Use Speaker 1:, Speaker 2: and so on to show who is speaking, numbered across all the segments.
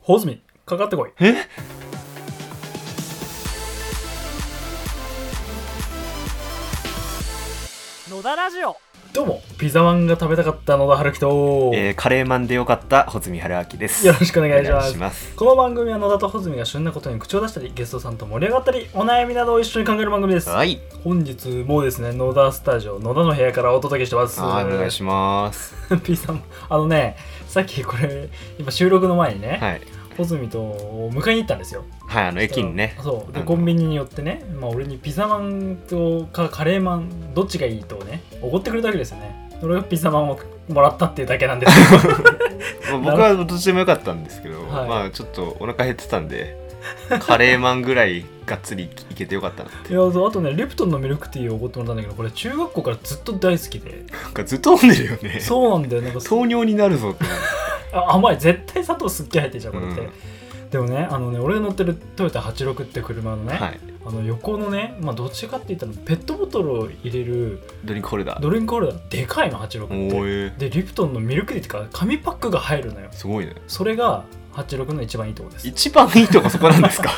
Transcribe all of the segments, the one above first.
Speaker 1: ホズミ、かかってこい。
Speaker 2: え
Speaker 3: 野田ラジオ
Speaker 1: どうも、ピザマンが食べたかった野田春樹と、
Speaker 2: えー、カレーマンでよかった穂積春明です
Speaker 1: よろしくお願いします。
Speaker 2: お願ます
Speaker 1: この番組は野田とホズミが旬なことに口を出したり、ゲストさんと盛り上がったり、お悩みなどを一緒に考える番組です。
Speaker 2: はい
Speaker 1: 本日もですね、野田スタジオ、野田の部屋からお届けしてます。
Speaker 2: はいお願いします
Speaker 1: す。 ピザマン、あのね、さっきこれ、今収録の前にね、
Speaker 2: はい
Speaker 1: ホズミと迎えに行ったんですよ。
Speaker 2: はいあの駅にね
Speaker 1: そうで
Speaker 2: あの
Speaker 1: コンビニに寄ってね、まあ、俺にピザマンとかカレーマンどっちがいいとねおごってくれたわけですよね俺がピザマンをもらったっていうだけなんです けど
Speaker 2: まあ僕はどっちでもよかったんですけど、
Speaker 1: はい
Speaker 2: まあちょっとお腹減ってたんでカレーマンぐらいがっつりいけてよかったな って
Speaker 1: いやそうあとねリプトンのミルクティーをおごってもらったんだけどこれ中学校からずっと大好きで
Speaker 2: なんかずっと飲んでるよね
Speaker 1: そうなんだよなんかそう
Speaker 2: 糖尿になるぞってなる
Speaker 1: あ甘い絶対砂糖すっげえ入ってるじゃんこれって、
Speaker 2: うん
Speaker 1: でもねあのね俺が乗ってるトヨタ86って車のね、
Speaker 2: はい
Speaker 1: あの横のね、まあ、どっちかって言ったらペットボトルを入れる
Speaker 2: ドリンクホルダー
Speaker 1: ドリンクホルダーでかいの86
Speaker 2: お
Speaker 1: って
Speaker 2: ー
Speaker 1: で
Speaker 2: え
Speaker 1: リプトンのミルクティーってか紙パックが入るのよ
Speaker 2: ーすごいね
Speaker 1: それが86の一番いいとこです
Speaker 2: 一番いいとこそこなんです か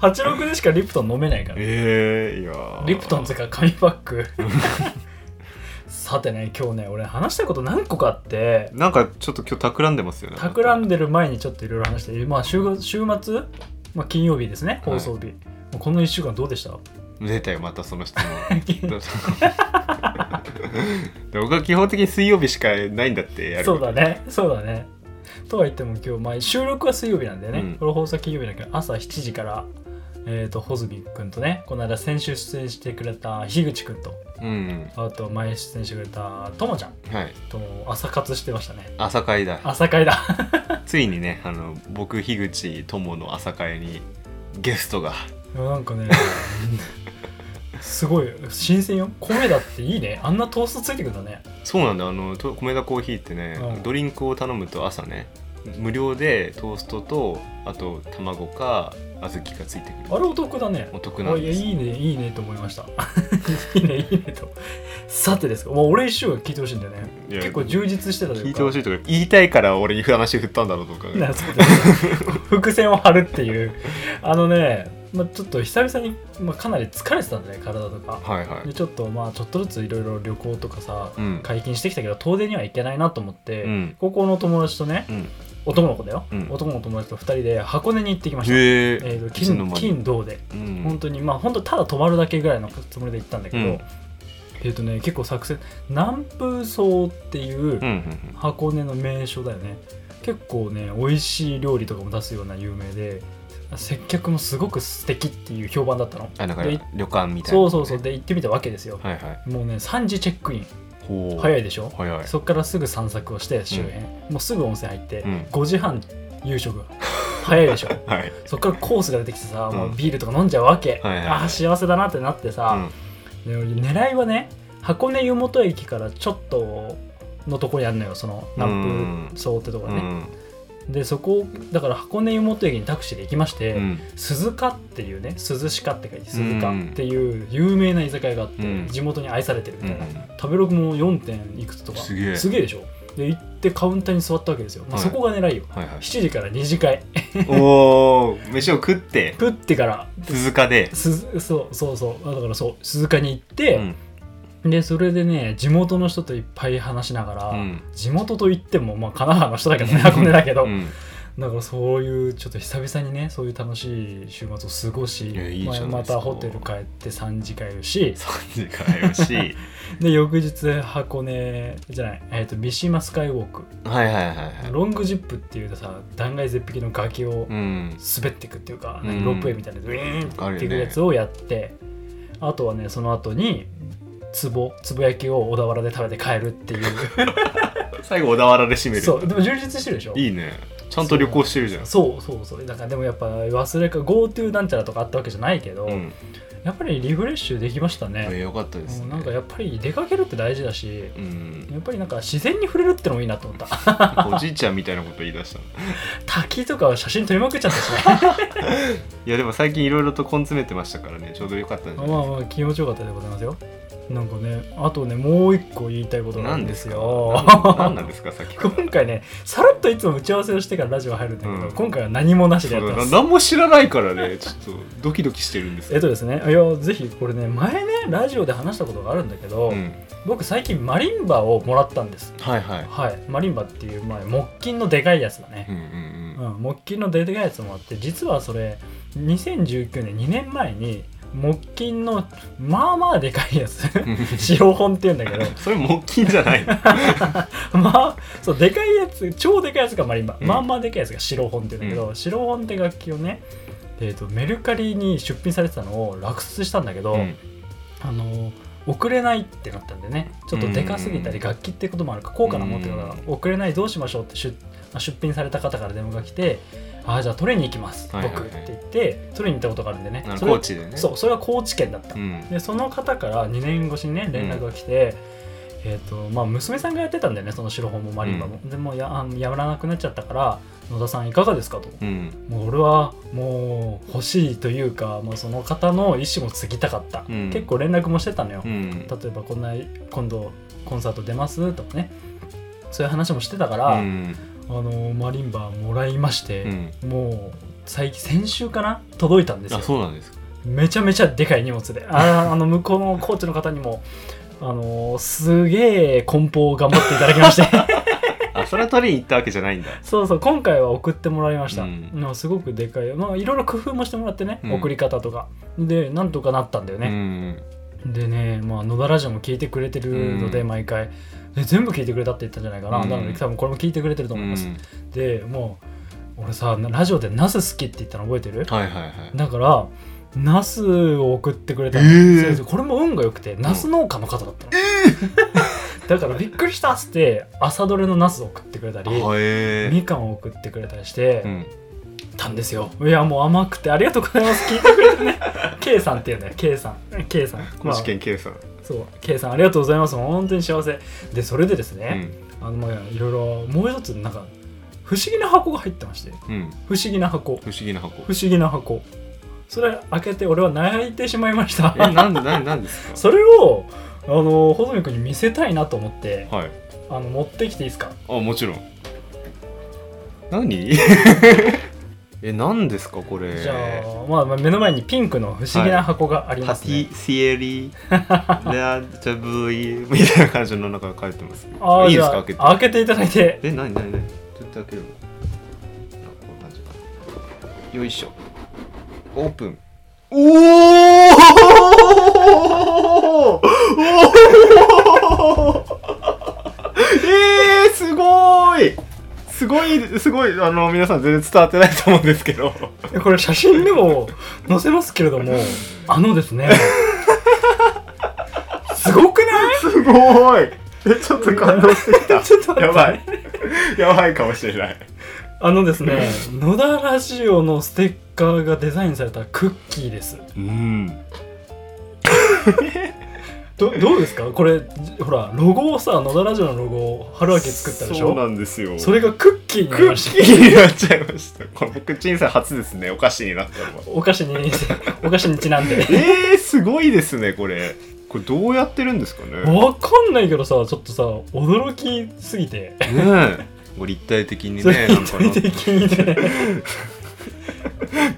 Speaker 1: 86でしかリプトン飲めないから
Speaker 2: ええー、いやー
Speaker 1: リプトンとか紙パックさてね今日ね俺話したいこと何個かあって
Speaker 2: なんかちょっと今日企んでますよね
Speaker 1: 企んでる前にちょっといろいろ話して、まあ、週週末、まあ、金曜日ですね放送日、もうこの1週間どうでした
Speaker 2: 出たよまたその質問 僕は基本的に水曜日しかないんだってやる
Speaker 1: そうだねそうだねとは言っても今日、まあ、収録は水曜日なんでね、
Speaker 2: うん
Speaker 1: これ放送は金曜日だけど朝7時から、えー、とホズミ君とねこの間先週出演してくれた樋口君と
Speaker 2: うん
Speaker 1: あと前出演してくれたともちゃん
Speaker 2: はい
Speaker 1: と朝活してましたね
Speaker 2: 朝会だ
Speaker 1: 朝会だ
Speaker 2: ついにねあの僕樋口友の朝会にゲストが
Speaker 1: なんかねすごい新鮮よ米だっていいねあんなトーストついてくるんだね
Speaker 2: そうなんだあのと米田コーヒーってね、
Speaker 1: うん
Speaker 2: ドリンクを頼むと朝ね無料でトーストとあと卵か小豆がついてく
Speaker 1: あ
Speaker 2: る
Speaker 1: れお得だね
Speaker 2: お得な
Speaker 1: あ
Speaker 2: ん
Speaker 1: いや
Speaker 2: です
Speaker 1: いいねいいねと思いました いいねいいねとさてですかもう俺一週間聞いてほしいんだよね
Speaker 2: いや
Speaker 1: 結構充実してたというか
Speaker 2: 聞いてほしいとか言いたいから俺に話振ったんだろうとか
Speaker 1: なそうです 伏線を張るっていうあのね、まあ、ちょっと久々に、まあ、かなり疲れてたんだね体とか
Speaker 2: はいはい
Speaker 1: でちょっとまあちょっとずついろいろ旅行とかさ、
Speaker 2: うん
Speaker 1: 解禁してきたけど遠出には行けないなと思って、
Speaker 2: うん
Speaker 1: 高校の友達とね
Speaker 2: うん
Speaker 1: 男の子だよ、
Speaker 2: うん
Speaker 1: 男の友達と2人で箱根に行ってきました、
Speaker 2: へえ
Speaker 1: えーと
Speaker 2: いつの
Speaker 1: 金
Speaker 2: 間に
Speaker 1: 金銅で、
Speaker 2: うん
Speaker 1: 本当にまあ本当ただ泊まるだけぐらいのつもりで行ったんだけど、
Speaker 2: うん
Speaker 1: えっ、とね結構作戦南風荘っていう
Speaker 2: うんうん
Speaker 1: 箱根の名所だよね結構ね美味しい料理とかも出すような有名で接客もすごく素敵っていう評判だったの
Speaker 2: あなんか
Speaker 1: で
Speaker 2: 旅館みたいな
Speaker 1: そうそうそうで行ってみたわけですよ、
Speaker 2: はいはい
Speaker 1: もうね3時チェックイン
Speaker 2: ほう
Speaker 1: 早いでしょ、
Speaker 2: 早い
Speaker 1: そこからすぐ散策をして周辺、もうすぐ温泉入って、
Speaker 2: うん
Speaker 1: 5時半夕食早いでし ょ
Speaker 2: はい
Speaker 1: そこからコースが出てきてさ、
Speaker 2: うん
Speaker 1: もうビールとか飲んじゃうわけ、
Speaker 2: はいはいはい
Speaker 1: ああ幸せだなってなってさ、で狙いはね箱根湯本駅からちょっとのとこにあるのよその南風荘ってとこ
Speaker 2: う
Speaker 1: ろ
Speaker 2: ん
Speaker 1: ね、でそこだから箱根湯本駅にタクシーで行きまして、
Speaker 2: うん
Speaker 1: 鈴鹿っていうね鈴鹿って書いて鈴鹿っていう有名な居酒屋があって、
Speaker 2: うん
Speaker 1: 地元に愛されてるみ
Speaker 2: う
Speaker 1: たいな、
Speaker 2: ん
Speaker 1: 食べログも4点いくつとか
Speaker 2: すげえ
Speaker 1: でしょで行ってカウンターに座ったわけですよ、まあ
Speaker 2: はい
Speaker 1: そこが狙いよ
Speaker 2: はいはい
Speaker 1: 7時から2次会
Speaker 2: おお飯を食って
Speaker 1: 食ってから
Speaker 2: 鈴鹿です
Speaker 1: そうそうそうだからそう鈴鹿に行っ
Speaker 2: う
Speaker 1: て
Speaker 2: ん、
Speaker 1: でそれでね地元の人といっぱい話しながら、
Speaker 2: うん
Speaker 1: 地元といっても、まあ、神奈川の人だけどね箱根だけど、
Speaker 2: うん
Speaker 1: だからそういうちょっと久々にねそういう楽しい週末を過ごし
Speaker 2: いやいいじゃないですか
Speaker 1: まあまたホテル帰って3次会をし
Speaker 2: 3時からよし
Speaker 1: で翌日箱根じゃない、えー、と三島スカイウォーク
Speaker 2: はいはいはいはい
Speaker 1: ロングジップっていうさ断崖絶壁の崖を
Speaker 2: うん
Speaker 1: 滑っていくっていうか、
Speaker 2: うん
Speaker 1: 何ロープウェイみたいなやつウィーン
Speaker 2: ある
Speaker 1: っ
Speaker 2: よ
Speaker 1: て
Speaker 2: ね
Speaker 1: いくやつをやってあとはねその後につぼつぼ焼きを小田原で食べて帰るっていう
Speaker 2: 最後小田原で締める
Speaker 1: そうでも充実してるでしょ
Speaker 2: いいねちゃんと旅行してるじゃん
Speaker 1: そうそうそうだからでもやっぱ忘れか GoTo なんちゃらとかあったわけじゃないけど、
Speaker 2: うん
Speaker 1: やっぱりリフレッシュできました
Speaker 2: えー
Speaker 1: ね、
Speaker 2: よかったです
Speaker 1: う
Speaker 2: ね
Speaker 1: んなんかやっぱり出かけるって大事だし
Speaker 2: うん
Speaker 1: やっぱりなんか自然に触れるってのもいいなと思った
Speaker 2: なんかおじいちゃんみたいなこと言い出したの
Speaker 1: 滝とかは写真撮りまくっちゃったしね
Speaker 2: いやでも最近いろいろと根詰めてましたからねちょうどよかったんじゃ
Speaker 1: まあ
Speaker 2: ないですか
Speaker 1: まあ気持ちよかったでございますよなんかねあとねもう一個言いたいことがある
Speaker 2: 何
Speaker 1: ん
Speaker 2: で
Speaker 1: ですす
Speaker 2: か
Speaker 1: よ
Speaker 2: 何なんですかさっきから
Speaker 1: 今回ねさらっといつも打ち合わせをしてからラジオ入るんだけど、
Speaker 2: うん
Speaker 1: 今回は何もなしで
Speaker 2: そ
Speaker 1: やってま
Speaker 2: う
Speaker 1: す
Speaker 2: な何も知らないからね ちょっとドキドキしてるんです
Speaker 1: えっ
Speaker 2: けど
Speaker 1: とですねいやぜひこれね前ねラジオで話したことがあるんだけど、
Speaker 2: うん、
Speaker 1: 僕最近マリンバをもらったんです
Speaker 2: はいはい、
Speaker 1: はいマリンバっていう、まあ、木琴のでかいやつだね
Speaker 2: う、んうん
Speaker 1: うん、木琴のでかいやつもあって実はそれ2019年2年前に木琴のまあまあでかいや つ
Speaker 2: うん、
Speaker 1: 使用本って言うんだけど
Speaker 2: それ木琴じ ゃないの
Speaker 1: まあそうでかいやつ超でかいやつがマリンバ、
Speaker 2: うん
Speaker 1: まあまあでかいやつが白本って言うんだけど、白本って楽器をね、えー、とメルカリに出品されてたのを落札したんだけど、
Speaker 2: うん
Speaker 1: あの送れないってなったんでねちょっとでかすぎたり
Speaker 2: うん
Speaker 1: 楽器ってこともあるから高価なものってことが
Speaker 2: う
Speaker 1: 送れないどうしましょうって出出品された方から電話が来て「ああじゃあ取りに行きます、
Speaker 2: はいはいはい
Speaker 1: 僕」って言って取りに行ったことがあるんでね
Speaker 2: あの
Speaker 1: それ
Speaker 2: 高知でね
Speaker 1: そうそれは高知県だった、
Speaker 2: うん
Speaker 1: でその方から2年越しにね連絡が来て、えーとまあ、娘さんがやってたんだよねその白本もマリンバも、でもうやあのやらなくなっちゃったから野田さんいかがですかと
Speaker 2: うん
Speaker 1: もう俺はもう欲しいというか、まあ、その方の意思も継ぎたかった、
Speaker 2: うん
Speaker 1: 結構連絡もしてたのよ、
Speaker 2: うん
Speaker 1: 例えばこんな今度コンサート出ますとかねそういう話もしてたから、
Speaker 2: うん
Speaker 1: あのマリンバもらいまして
Speaker 2: う、ん、
Speaker 1: もう最近先週かな届いたんですよ
Speaker 2: あそうなんですか
Speaker 1: めちゃめちゃでかい荷物で あーあの向こうのコーチの方にもあのーすげえ梱包を頑張っていただきまして
Speaker 2: あそれは取りに行ったわけじ ゃないんだ
Speaker 1: そうそう今回は送ってもらいました、
Speaker 2: うん
Speaker 1: でもすごくでかいまあいろいろ工夫もしてもらってね、
Speaker 2: うん
Speaker 1: 送り方とかでなんとかなったんだよ
Speaker 2: う
Speaker 1: ね、
Speaker 2: ん
Speaker 1: でね、まあ、野田ラジオも聞いてくれてるので
Speaker 2: うん
Speaker 1: 毎回で全部聞いてくれたって言ったんじゃないかな、
Speaker 2: うん
Speaker 1: なので多分これも聞いてくれてると思います、
Speaker 2: うん
Speaker 1: でもう俺さラジオでナス好きって言ったの覚えてる
Speaker 2: はいはいはい
Speaker 1: だからナスを送ってくれたの、
Speaker 2: えー
Speaker 1: それでこれも運が良くてナス農家の方だったの、 だからびっくりしたっつって朝どれのナスを送ってくれたり
Speaker 2: あへえ
Speaker 1: みかんを送ってくれたりして
Speaker 2: うん
Speaker 1: たんですよ、いやもう甘くてありがとうござい ます聞いてくれてね K さんっていうんだよ K さん K さん
Speaker 2: 高知県警さん、
Speaker 1: まあ、そう K さんありがとうございます本当に幸せでそれでです
Speaker 2: う
Speaker 1: ね、
Speaker 2: ん
Speaker 1: あのまあいろいろもう一つなんか不思議な箱が入ってまして
Speaker 2: うん
Speaker 1: 不思議な箱
Speaker 2: 不思議な箱
Speaker 1: 不思議な箱それ開けて俺は泣いてしまいました
Speaker 2: えなんでなんでなんです か
Speaker 1: それをあの穂積君に見せたいなと思って
Speaker 2: はい
Speaker 1: あの持ってきていいですか
Speaker 2: あもちろん何 え何ですかこれ
Speaker 1: じゃあ、まあ、まあ目の前にピンクの不思議な箱がありま
Speaker 2: パ
Speaker 1: す
Speaker 2: テ
Speaker 1: ね、
Speaker 2: ィシ エリラジャブイみたいな感じの中が書いてます
Speaker 1: あー
Speaker 2: いい
Speaker 1: じ
Speaker 2: です
Speaker 1: ゃ
Speaker 2: か
Speaker 1: あ
Speaker 2: 開
Speaker 1: 開け
Speaker 2: けて
Speaker 1: ていただいて
Speaker 2: え何何何ちょっと開けるのあこんな感じかよいしょオープンおおおおえー、すごーいすごいすごいあの皆さん全然伝わってないと思うんですけど
Speaker 1: これ写真でも載せますけれど もあのですねすごくない
Speaker 2: すごーいえちょっと感動してきた
Speaker 1: ちょっと待って
Speaker 2: やばいやばいかもしれない
Speaker 1: あのですね野田ラジオのステッカーがデザインされたクッキーです
Speaker 2: うん
Speaker 1: どどうですかこれほらロゴをさ野田ラジオのロゴを春明作ったでしょ
Speaker 2: そうなんですよ
Speaker 1: それがクッキーにな
Speaker 2: ク
Speaker 1: りました
Speaker 2: ッキーになっちゃいました。このクッチンさん初ですね。お菓子になったのは。
Speaker 1: お菓子 にお菓子にちなんで
Speaker 2: えー、すごいですね、これ。これどうやってるんですかね。ね
Speaker 1: わかんないけどさちょっとさ驚きすぎて
Speaker 2: え。これ立体的に
Speaker 1: そ
Speaker 2: ね、
Speaker 1: れ
Speaker 2: な
Speaker 1: 一
Speaker 2: んか
Speaker 1: 人的に ね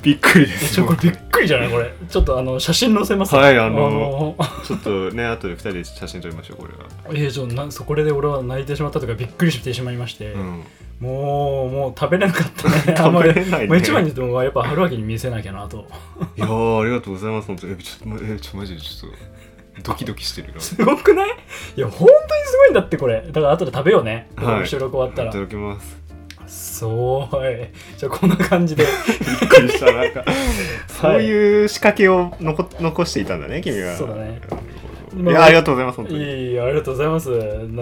Speaker 2: びっくりで
Speaker 1: え
Speaker 2: す
Speaker 1: ちょ
Speaker 2: よ
Speaker 1: こ。れびっくりじゃないこれちょっとあの写真載せます
Speaker 2: はい
Speaker 1: あ
Speaker 2: あの
Speaker 1: の
Speaker 2: ちょっとね、後で2人で写真撮りましょう、これは。
Speaker 1: えー、ちょなそこで俺は泣いてしまったとかびっくりしてしまいまして、
Speaker 2: うん。
Speaker 1: もうもう食べれなかったねあんま
Speaker 2: 食
Speaker 1: り
Speaker 2: べれない
Speaker 1: ま
Speaker 2: ね。
Speaker 1: あ一番
Speaker 2: い
Speaker 1: にでもやっぱ春明に見せなきゃなと
Speaker 2: やー、ありがとうございます、本当に。え、ちょっと、まえちょっとマジでちょっと、ドキドキしてるよ。
Speaker 1: すごくないいや本当にすごいんだってこれだから後で食べようね、
Speaker 2: はい
Speaker 1: 収録終わった
Speaker 2: いた
Speaker 1: ら
Speaker 2: だきます。
Speaker 1: そうはいじゃあこんな感じで
Speaker 2: びっくりした、なんか。 そういう仕掛けを残残していたんだね、君は。
Speaker 1: そうだね
Speaker 2: なるほど
Speaker 1: まあ
Speaker 2: いや、ありがとうございます、本当に。
Speaker 1: いいありがとうございますな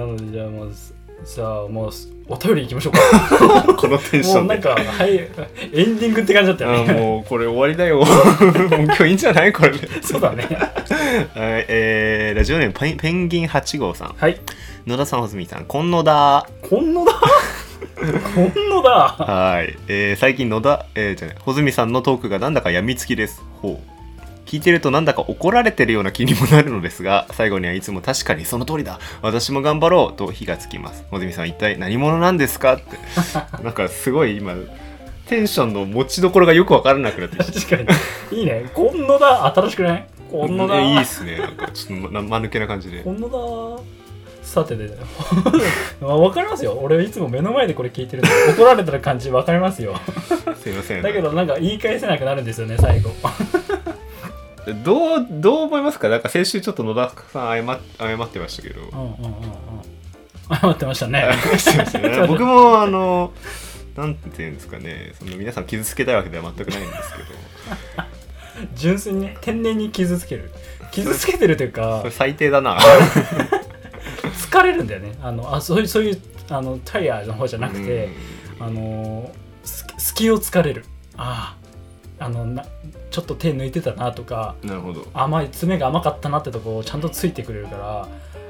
Speaker 1: のでじゃあもうさあもうお便りいきましょうか
Speaker 2: このテンシ
Speaker 1: も
Speaker 2: ョ
Speaker 1: う
Speaker 2: ン
Speaker 1: な
Speaker 2: で
Speaker 1: ん。かはいエンディングって感じだった
Speaker 2: あ
Speaker 1: よね
Speaker 2: もうこれ終わりだ よ。もう今日いいんじゃないこれで。
Speaker 1: そうだね
Speaker 2: はいえーラジオネームペンペンギン8号さん。
Speaker 1: はい
Speaker 2: 野田さん、ほずみさん、こんのだ。
Speaker 1: こんの だこんのだ
Speaker 2: はい。えー最近野田、えー、じゃない、ほずみさんのトークがなんだか病みつきです。ほう。聞いてるとなんだか怒られてるような気にもなるのですが最後にはいつも確かにその通りだ私も頑張ろうと火がつきますもずみさん一体何者なんですかって なんかすごい今テンションの持ちどころがよくわからなくなって きて
Speaker 1: 確かにいいねこんのだ新しくないこんのだ
Speaker 2: いいっすねなんかちょっとま間抜けな感じで
Speaker 1: こんのださてで、 まあ、分かりますよ俺いつも目の前でこれ聞いてるんで怒られてる感じ分かります よ
Speaker 2: すいません
Speaker 1: だけどなんか言い返せなくなるんですよね最後
Speaker 2: どうどう思いますかなんか先週ちょっと野田さん謝っ謝ってましたけど
Speaker 1: うんうんうんうん謝ってましたね
Speaker 2: すいません僕もあのなんていうんですかねその皆さん傷つけたいわけでは全くないんですけど
Speaker 1: 純粋に天然に傷つける傷つけてるというか
Speaker 2: それ最低だな
Speaker 1: 疲れるんだよねあのあそういうそういうあのタイヤの方じゃなくて、あのす隙を疲れるあああのなちょっと手抜いてたなとか
Speaker 2: うんなるほど
Speaker 1: 甘い爪が甘かったなってとこをちゃんとついてくれるから、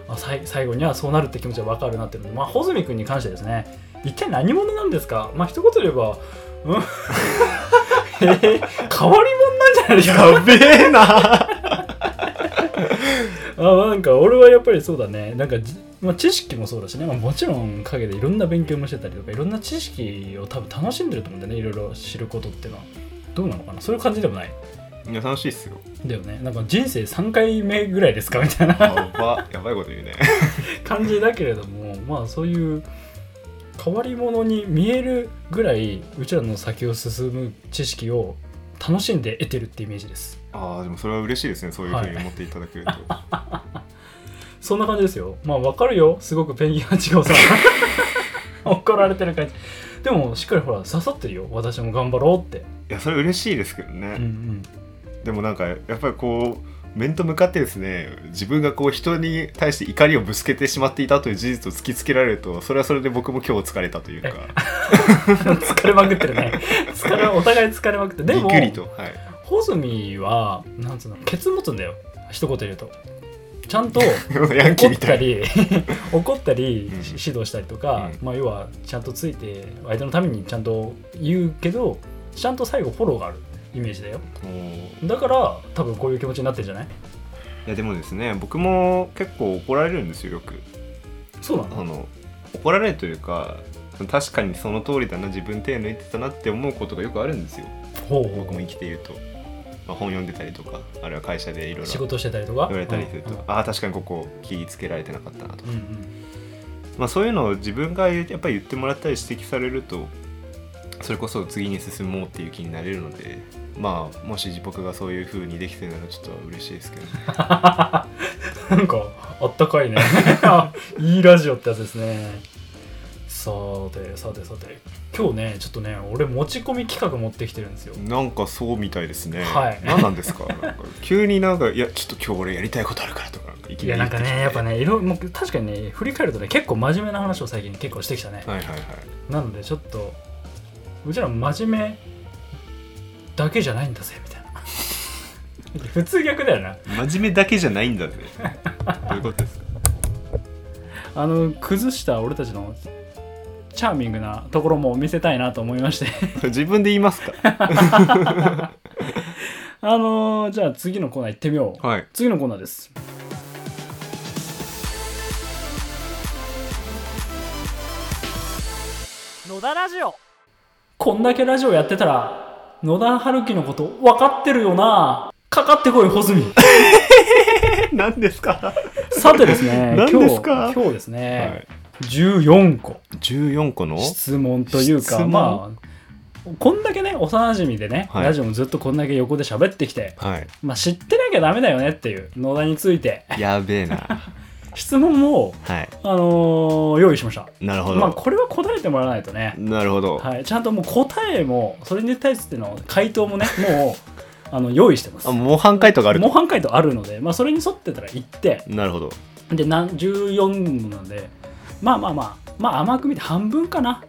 Speaker 1: まあ、さい最後にはそうなるって気持ちは分かるなっていうので、まあ、穂積君に関してですね一体何者なんですかまあ一言で言えばうん えー変わり者なんじゃないです か
Speaker 2: やべえな
Speaker 1: あなんか俺はやっぱりそうだねなんかじ、まあ、知識もそうだしね、まあ、もちろん陰でいろんな勉強もしてたりとかいろんな知識を多分楽しんでると思うんだよねいろいろ知ることっていうのはどうなのかなそういう感じでもない
Speaker 2: いや楽しいっすよ
Speaker 1: だよねなんか人生3回目ぐらいですかみたいな
Speaker 2: やばやばいこと言うね
Speaker 1: 感じだけれどもまあそういう変わり者に見えるぐらいうちらの先を進む知識を楽しんで得てるってイメージです
Speaker 2: ああでもそれは嬉しいですねそういうふうに思っていただけると、
Speaker 1: そんな感じですよ。まあわかるよ。すごくペンギン八号さん。 怒られてる感じ。でもしっかりほら刺さってるよ。私も頑張ろうって。
Speaker 2: い、やそれ嬉しいですけど
Speaker 1: うんう
Speaker 2: ね、
Speaker 1: ん。
Speaker 2: でもなんかやっぱりこう面と向かってですね自分がこう人に対して怒りをぶつけてしまっていたという事実を突きつけられるとそれはそれで僕も今日疲れたというか
Speaker 1: 疲れまくってるね。 疲れお互い疲れまくって。で
Speaker 2: びっ
Speaker 1: も
Speaker 2: くりと、はい、
Speaker 1: ホズミはなんつうのケツ持つんだよ。一言言うと。ちゃんと
Speaker 2: ヤンキ
Speaker 1: 怒っ
Speaker 2: ーみた
Speaker 1: た
Speaker 2: い
Speaker 1: り 怒ったり
Speaker 2: うん
Speaker 1: し指導したりとか、
Speaker 2: う
Speaker 1: まあ要はちゃんとついて相手のためにちゃんと言うけどちゃんと最後フォローがあるイメージだよ
Speaker 2: おー
Speaker 1: だから多分こういう気持ちになってるんじゃない
Speaker 2: いやでもですね僕も結構怒られるんですよよく
Speaker 1: そうなの
Speaker 2: あの怒られるというか確かにその通りだな自分手抜いてたなって思うことがよくあるんですよ
Speaker 1: ほうほう
Speaker 2: 僕も生きていると、まあ、本読んでたりとかあるいは会社でいろいろ
Speaker 1: 仕
Speaker 2: 言
Speaker 1: 事してたりとか
Speaker 2: われたりすると、
Speaker 1: うん
Speaker 2: ああ確かにここ気ぃつけられてなかったなとか、
Speaker 1: うんうん
Speaker 2: まあ、そういうのを自分がやっぱり言ってもらったり指摘されるとそれこそ次に進もうっていう気になれるのでまあもし僕がそういう風にできてるならちょっと嬉しいですけどね
Speaker 1: なん かあったかいね いいラジオってやつですねさてさてさて今日ねちょっとね俺持ち込み企画持ってきてるんですよ
Speaker 2: なんかそうみたいですね、
Speaker 1: はい
Speaker 2: 何なんですかなんか急になんか「いやちょっと今日俺やりたいことあるから」とかなんかいき
Speaker 1: い
Speaker 2: な
Speaker 1: や
Speaker 2: り
Speaker 1: なんか
Speaker 2: 言てきて
Speaker 1: ねやっぱねいろもう確かにね振り返るとね結構真面目な話を最近結構してきたね、
Speaker 2: はいはいはい
Speaker 1: なのでちょっとうちら真面目だけじゃないんだぜみたいな 普通逆だよな
Speaker 2: 真面目だけじゃない んだぜどういうことですか
Speaker 1: あの崩した俺たちのチャーミングなところも見せたいなと思いまして
Speaker 2: それ自分で言いますか
Speaker 1: あのーじゃあ次のコーナー行ってみよう、
Speaker 2: はい
Speaker 1: 次のコーナーです
Speaker 3: 野田ラジオ
Speaker 1: こんだけラジオやってたら野田春樹のこと分かってるよなかかってこい穂 積
Speaker 2: 何ですか、
Speaker 1: さてですね今日
Speaker 2: 何ですか
Speaker 1: 今日です
Speaker 2: は
Speaker 1: ね、
Speaker 2: い、
Speaker 1: 14個
Speaker 2: 14個の
Speaker 1: 質問という
Speaker 2: 質
Speaker 1: か
Speaker 2: 問
Speaker 1: まあこんだけね幼馴染でね、
Speaker 2: はい
Speaker 1: ラジオもずっとこんだけ横で喋ってきて、
Speaker 2: はい
Speaker 1: まあ、知ってなきゃダメだよねっていう野田について
Speaker 2: やべえな
Speaker 1: 質問も
Speaker 2: はい
Speaker 1: あのー用意しました。
Speaker 2: なるほど、
Speaker 1: まあ、これは答えてもらわないとね、
Speaker 2: なるほど、
Speaker 1: はい、ちゃんともう答えも、それに対しての回答 もね、もうあの用意してます
Speaker 2: あ。模範解答がある
Speaker 1: 模範回答あるので、まあ、それに沿ってたら言って、
Speaker 2: なるほど
Speaker 1: で、なん14問なんで、まあまあまあ、まあ、甘く見て半分かな。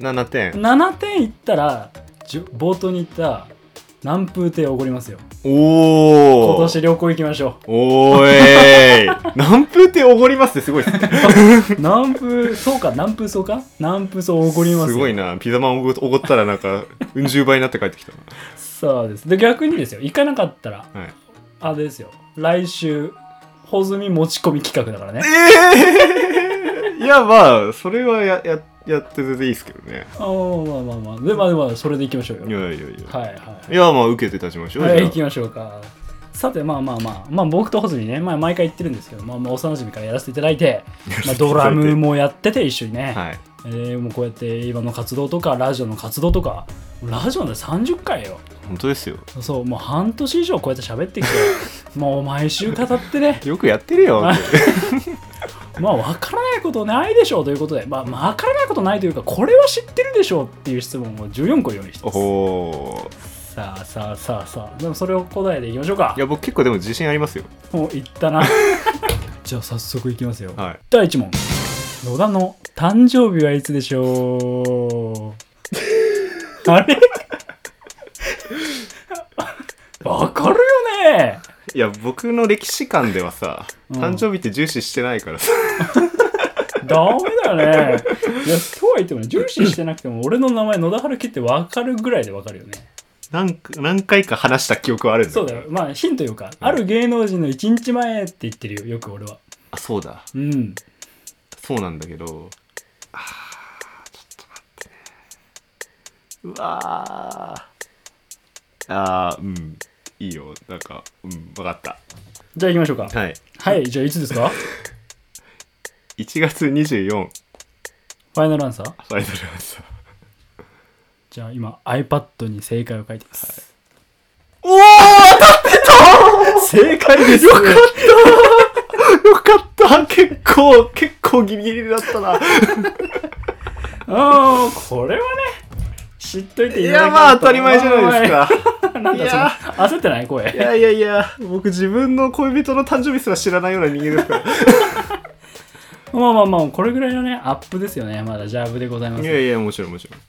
Speaker 2: 7点
Speaker 1: 7点いったら、じゅ冒頭に言った南風亭おごりますよ。
Speaker 2: おお
Speaker 1: 今年旅行行きましょ
Speaker 2: おーえーい 南風っておごりますってすごいっすね
Speaker 1: う。南風、そうか、南風そうか南風そう おごりますよ。
Speaker 2: すごいなピザマンおごおごったらなんかうん十倍になって帰ってきた
Speaker 1: そうです。で、逆にですよ、行かなかったら、
Speaker 2: なはい
Speaker 1: あれですよ来週穂積持ち込み企画だからね
Speaker 2: ええいやまあそれはやややって全然いいですけどね
Speaker 1: あーまあまあまあでまあまあそれでいきましょう
Speaker 2: い
Speaker 1: よ
Speaker 2: やいやいや、
Speaker 1: はいはい
Speaker 2: い、やまあ受けて立ちましょう、
Speaker 1: はい、
Speaker 2: じゃあ
Speaker 1: 行きましょうかさてまあまあまあまあ僕と穂積ね、まあ、毎回言ってるんですけど、まあ、まあ幼馴染からやらせていただい て、まあ、ドラムもやってて一緒にね、
Speaker 2: はい
Speaker 1: えーもうこうやって今の活動とかラジオの活動とかラジオで30回よ
Speaker 2: 本当ですよ
Speaker 1: そうもう半年以上こうやって喋ってき てもう毎週語ってね
Speaker 2: よくやってるよ
Speaker 1: あまあ分からないことないでしょうということで、まあ、まあ分からないことないというかこれは知ってるでしょうっていう質問を14個用意して
Speaker 2: お
Speaker 1: ます
Speaker 2: お
Speaker 1: さあさあさあさあでもそれを答えていきましょうか
Speaker 2: いや僕結構でも自信ありますよ
Speaker 1: もういったな じゃあ早速いきますよ
Speaker 2: はい
Speaker 1: 第1問野田の誕生日はいつでし ょうあれわかるよね
Speaker 2: いや僕の歴史観ではさ、
Speaker 1: うん
Speaker 2: 誕生日って重視してないからさ
Speaker 1: ダメだよねいやそうは言ってもね重視してなくても俺の名前野田春樹ってわかるぐらいでわかるよね
Speaker 2: 何か何回か話した記憶はあるんだ
Speaker 1: そう
Speaker 2: け
Speaker 1: だ
Speaker 2: ど
Speaker 1: よまあヒントいうかある芸能人の1日前って言ってるよよく俺は
Speaker 2: あそうだ
Speaker 1: うん
Speaker 2: そうなんだけどあーちょっと待ってねうわーあーうんいいよなんかうん分かった
Speaker 1: じゃあ行きましょうか
Speaker 2: はい
Speaker 1: はいじゃあいつですか
Speaker 2: 1月24フ
Speaker 1: ファイナルアンサー
Speaker 2: ァイナルアンサー
Speaker 1: じゃあ今 iPad に正解を書いてます、
Speaker 2: おお
Speaker 1: 正解ですよ
Speaker 2: よかった結構結構ギリギリだったな
Speaker 1: ああこれはね知っといて
Speaker 2: い
Speaker 1: い
Speaker 2: やまあ当たり前じゃないです
Speaker 1: か
Speaker 2: か
Speaker 1: たなんだ
Speaker 2: い
Speaker 1: そ
Speaker 2: や
Speaker 1: の焦ってない
Speaker 2: い
Speaker 1: 声
Speaker 2: やいやいや僕自分の恋人の誕生日すら知らないような人間ですから
Speaker 1: まあまあまあこれぐらいのねアップですよねまだジャブでございます
Speaker 2: いやいやもちろんもちろん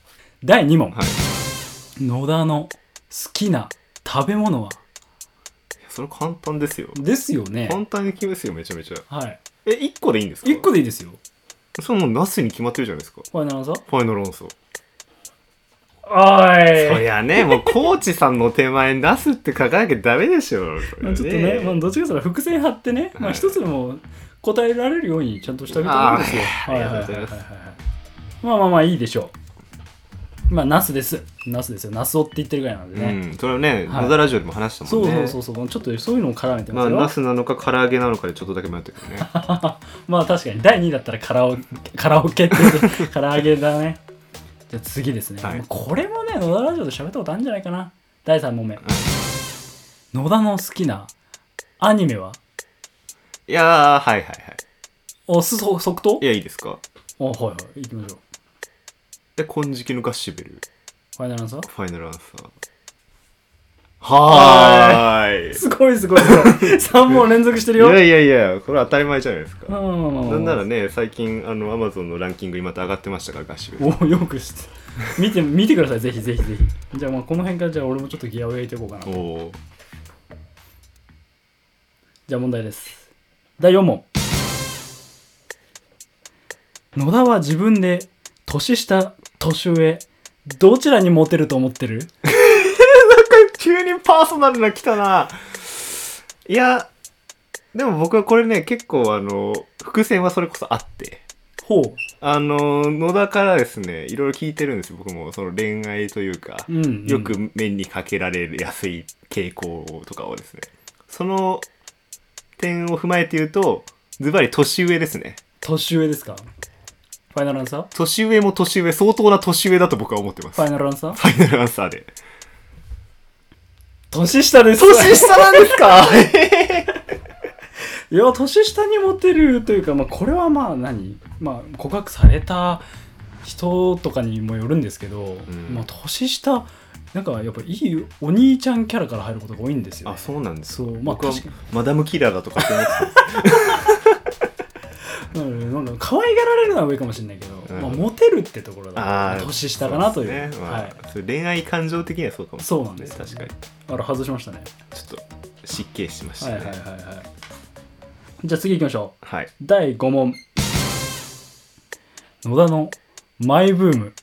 Speaker 1: 第2問、
Speaker 2: はい
Speaker 1: 野田の好きな食べ物は
Speaker 2: それ簡単ですよ
Speaker 1: ですよね
Speaker 2: 簡単に決めますよめちゃめちゃ
Speaker 1: はい
Speaker 2: え一1個でいいんですか
Speaker 1: 1個でいいですよ
Speaker 2: それもうナスに決まってるじゃないですか
Speaker 1: ファイナルアンサー
Speaker 2: ファイナルアンサーそ
Speaker 1: おい
Speaker 2: りゃねもうコーチさんの手前ナスって書かなきゃダメでしょそり
Speaker 1: ま
Speaker 2: ゃ
Speaker 1: あちょっとね、まあ、どっちかというと伏線張ってね、ま
Speaker 2: は
Speaker 1: あ、
Speaker 2: い
Speaker 1: 一つでも答えられるようにちゃんとしてあげた方がいいですよ
Speaker 2: あー
Speaker 1: はいはいはい
Speaker 2: あり
Speaker 1: はいは
Speaker 2: がとう
Speaker 1: い
Speaker 2: ござい
Speaker 1: まあまあまあいいでしょうまあナスですナスですよナスオって言ってるぐらいなんでね、
Speaker 2: うんそれはね
Speaker 1: はい
Speaker 2: 野田ラジオでも話した
Speaker 1: そ
Speaker 2: も
Speaker 1: うん
Speaker 2: ね
Speaker 1: そうそうそう、ちょっとそういうのも絡めてま
Speaker 2: ますあ
Speaker 1: よ。
Speaker 2: ナスなのか唐揚げなのかでちょっとだけ迷ったけどね
Speaker 1: まあ確かに第2位だったらカラオケ カラオケって言うと唐揚げだねじゃあ次ですね、
Speaker 2: はい
Speaker 1: まあこれもね野田ラジオで喋ったことあるんじゃないかな第3問目野田の好きなアニメはい
Speaker 2: やーはいはいはい
Speaker 1: おすそ即答
Speaker 2: いやいいですか
Speaker 1: おはいはい行きましょう
Speaker 2: え金色のガッシュベル
Speaker 1: ファイナルアンサー
Speaker 2: ファイナルアンサーはーい
Speaker 1: すごいすごいすごい3 問連続してる
Speaker 2: い
Speaker 1: よ
Speaker 2: やいやいやこれ当たり前じゃないです
Speaker 1: う
Speaker 2: か
Speaker 1: ん
Speaker 2: なんならね最近あのアマゾンのランキングにまた上がってましたからガッシュベル
Speaker 1: およく知って見て見てくださいぜひぜひぜひじゃあまあこの辺からじゃあ俺もちょっとギアを入れていこうかな
Speaker 2: おおー
Speaker 1: じゃあ問題です。第4問。野田は自分で年下、年上、どちらにモテると思ってる
Speaker 2: 急にパーソナルな来たないやでも僕はこれね結構あの伏線はそれこそあって
Speaker 1: ほ
Speaker 2: あの野田からですねいろいろ聞いてるんですよ僕もその恋愛というか、
Speaker 1: う。うん、うん。
Speaker 2: よ。く目にかけられやすい傾向とかをですねその点を踏まえて言うとズバリ年上ですね
Speaker 1: 年上ですかファイナルアンサー
Speaker 2: 年上も年上相当な年上だと僕は思ってま
Speaker 1: フ
Speaker 2: すフ
Speaker 1: ァイナルアンサー
Speaker 2: ァイナルアンサーで
Speaker 1: 年下です。
Speaker 2: 年下なんですか
Speaker 1: いや、年下にモテるというか、まあ、これはまあ何、まあ、告白された人とかにもよるんですけど、
Speaker 2: ん
Speaker 1: まあ、年下、なんかやっぱいいお兄ちゃんキャラから入ることが多いんですよ、ね。
Speaker 2: あそうなんです
Speaker 1: そう、まあ
Speaker 2: 僕は
Speaker 1: 確かに。
Speaker 2: マダムキラーだとかって思ってた
Speaker 1: なのでなんか可愛がられるのは上かもしれないけど、
Speaker 2: うん
Speaker 1: まあ、モテるってところだ、ま
Speaker 2: あ
Speaker 1: あ
Speaker 2: ー
Speaker 1: 年下かなという
Speaker 2: そですねまあ
Speaker 1: はい、
Speaker 2: そう恋愛感情的にはそうかも
Speaker 1: そうなんですよ
Speaker 2: 確かに
Speaker 1: あら外しましたね
Speaker 2: ちょっと失敬しました
Speaker 1: はい
Speaker 2: ね
Speaker 1: はいはいはいじゃあ次行きましょう
Speaker 2: はい
Speaker 1: 第5問野田のマイブーム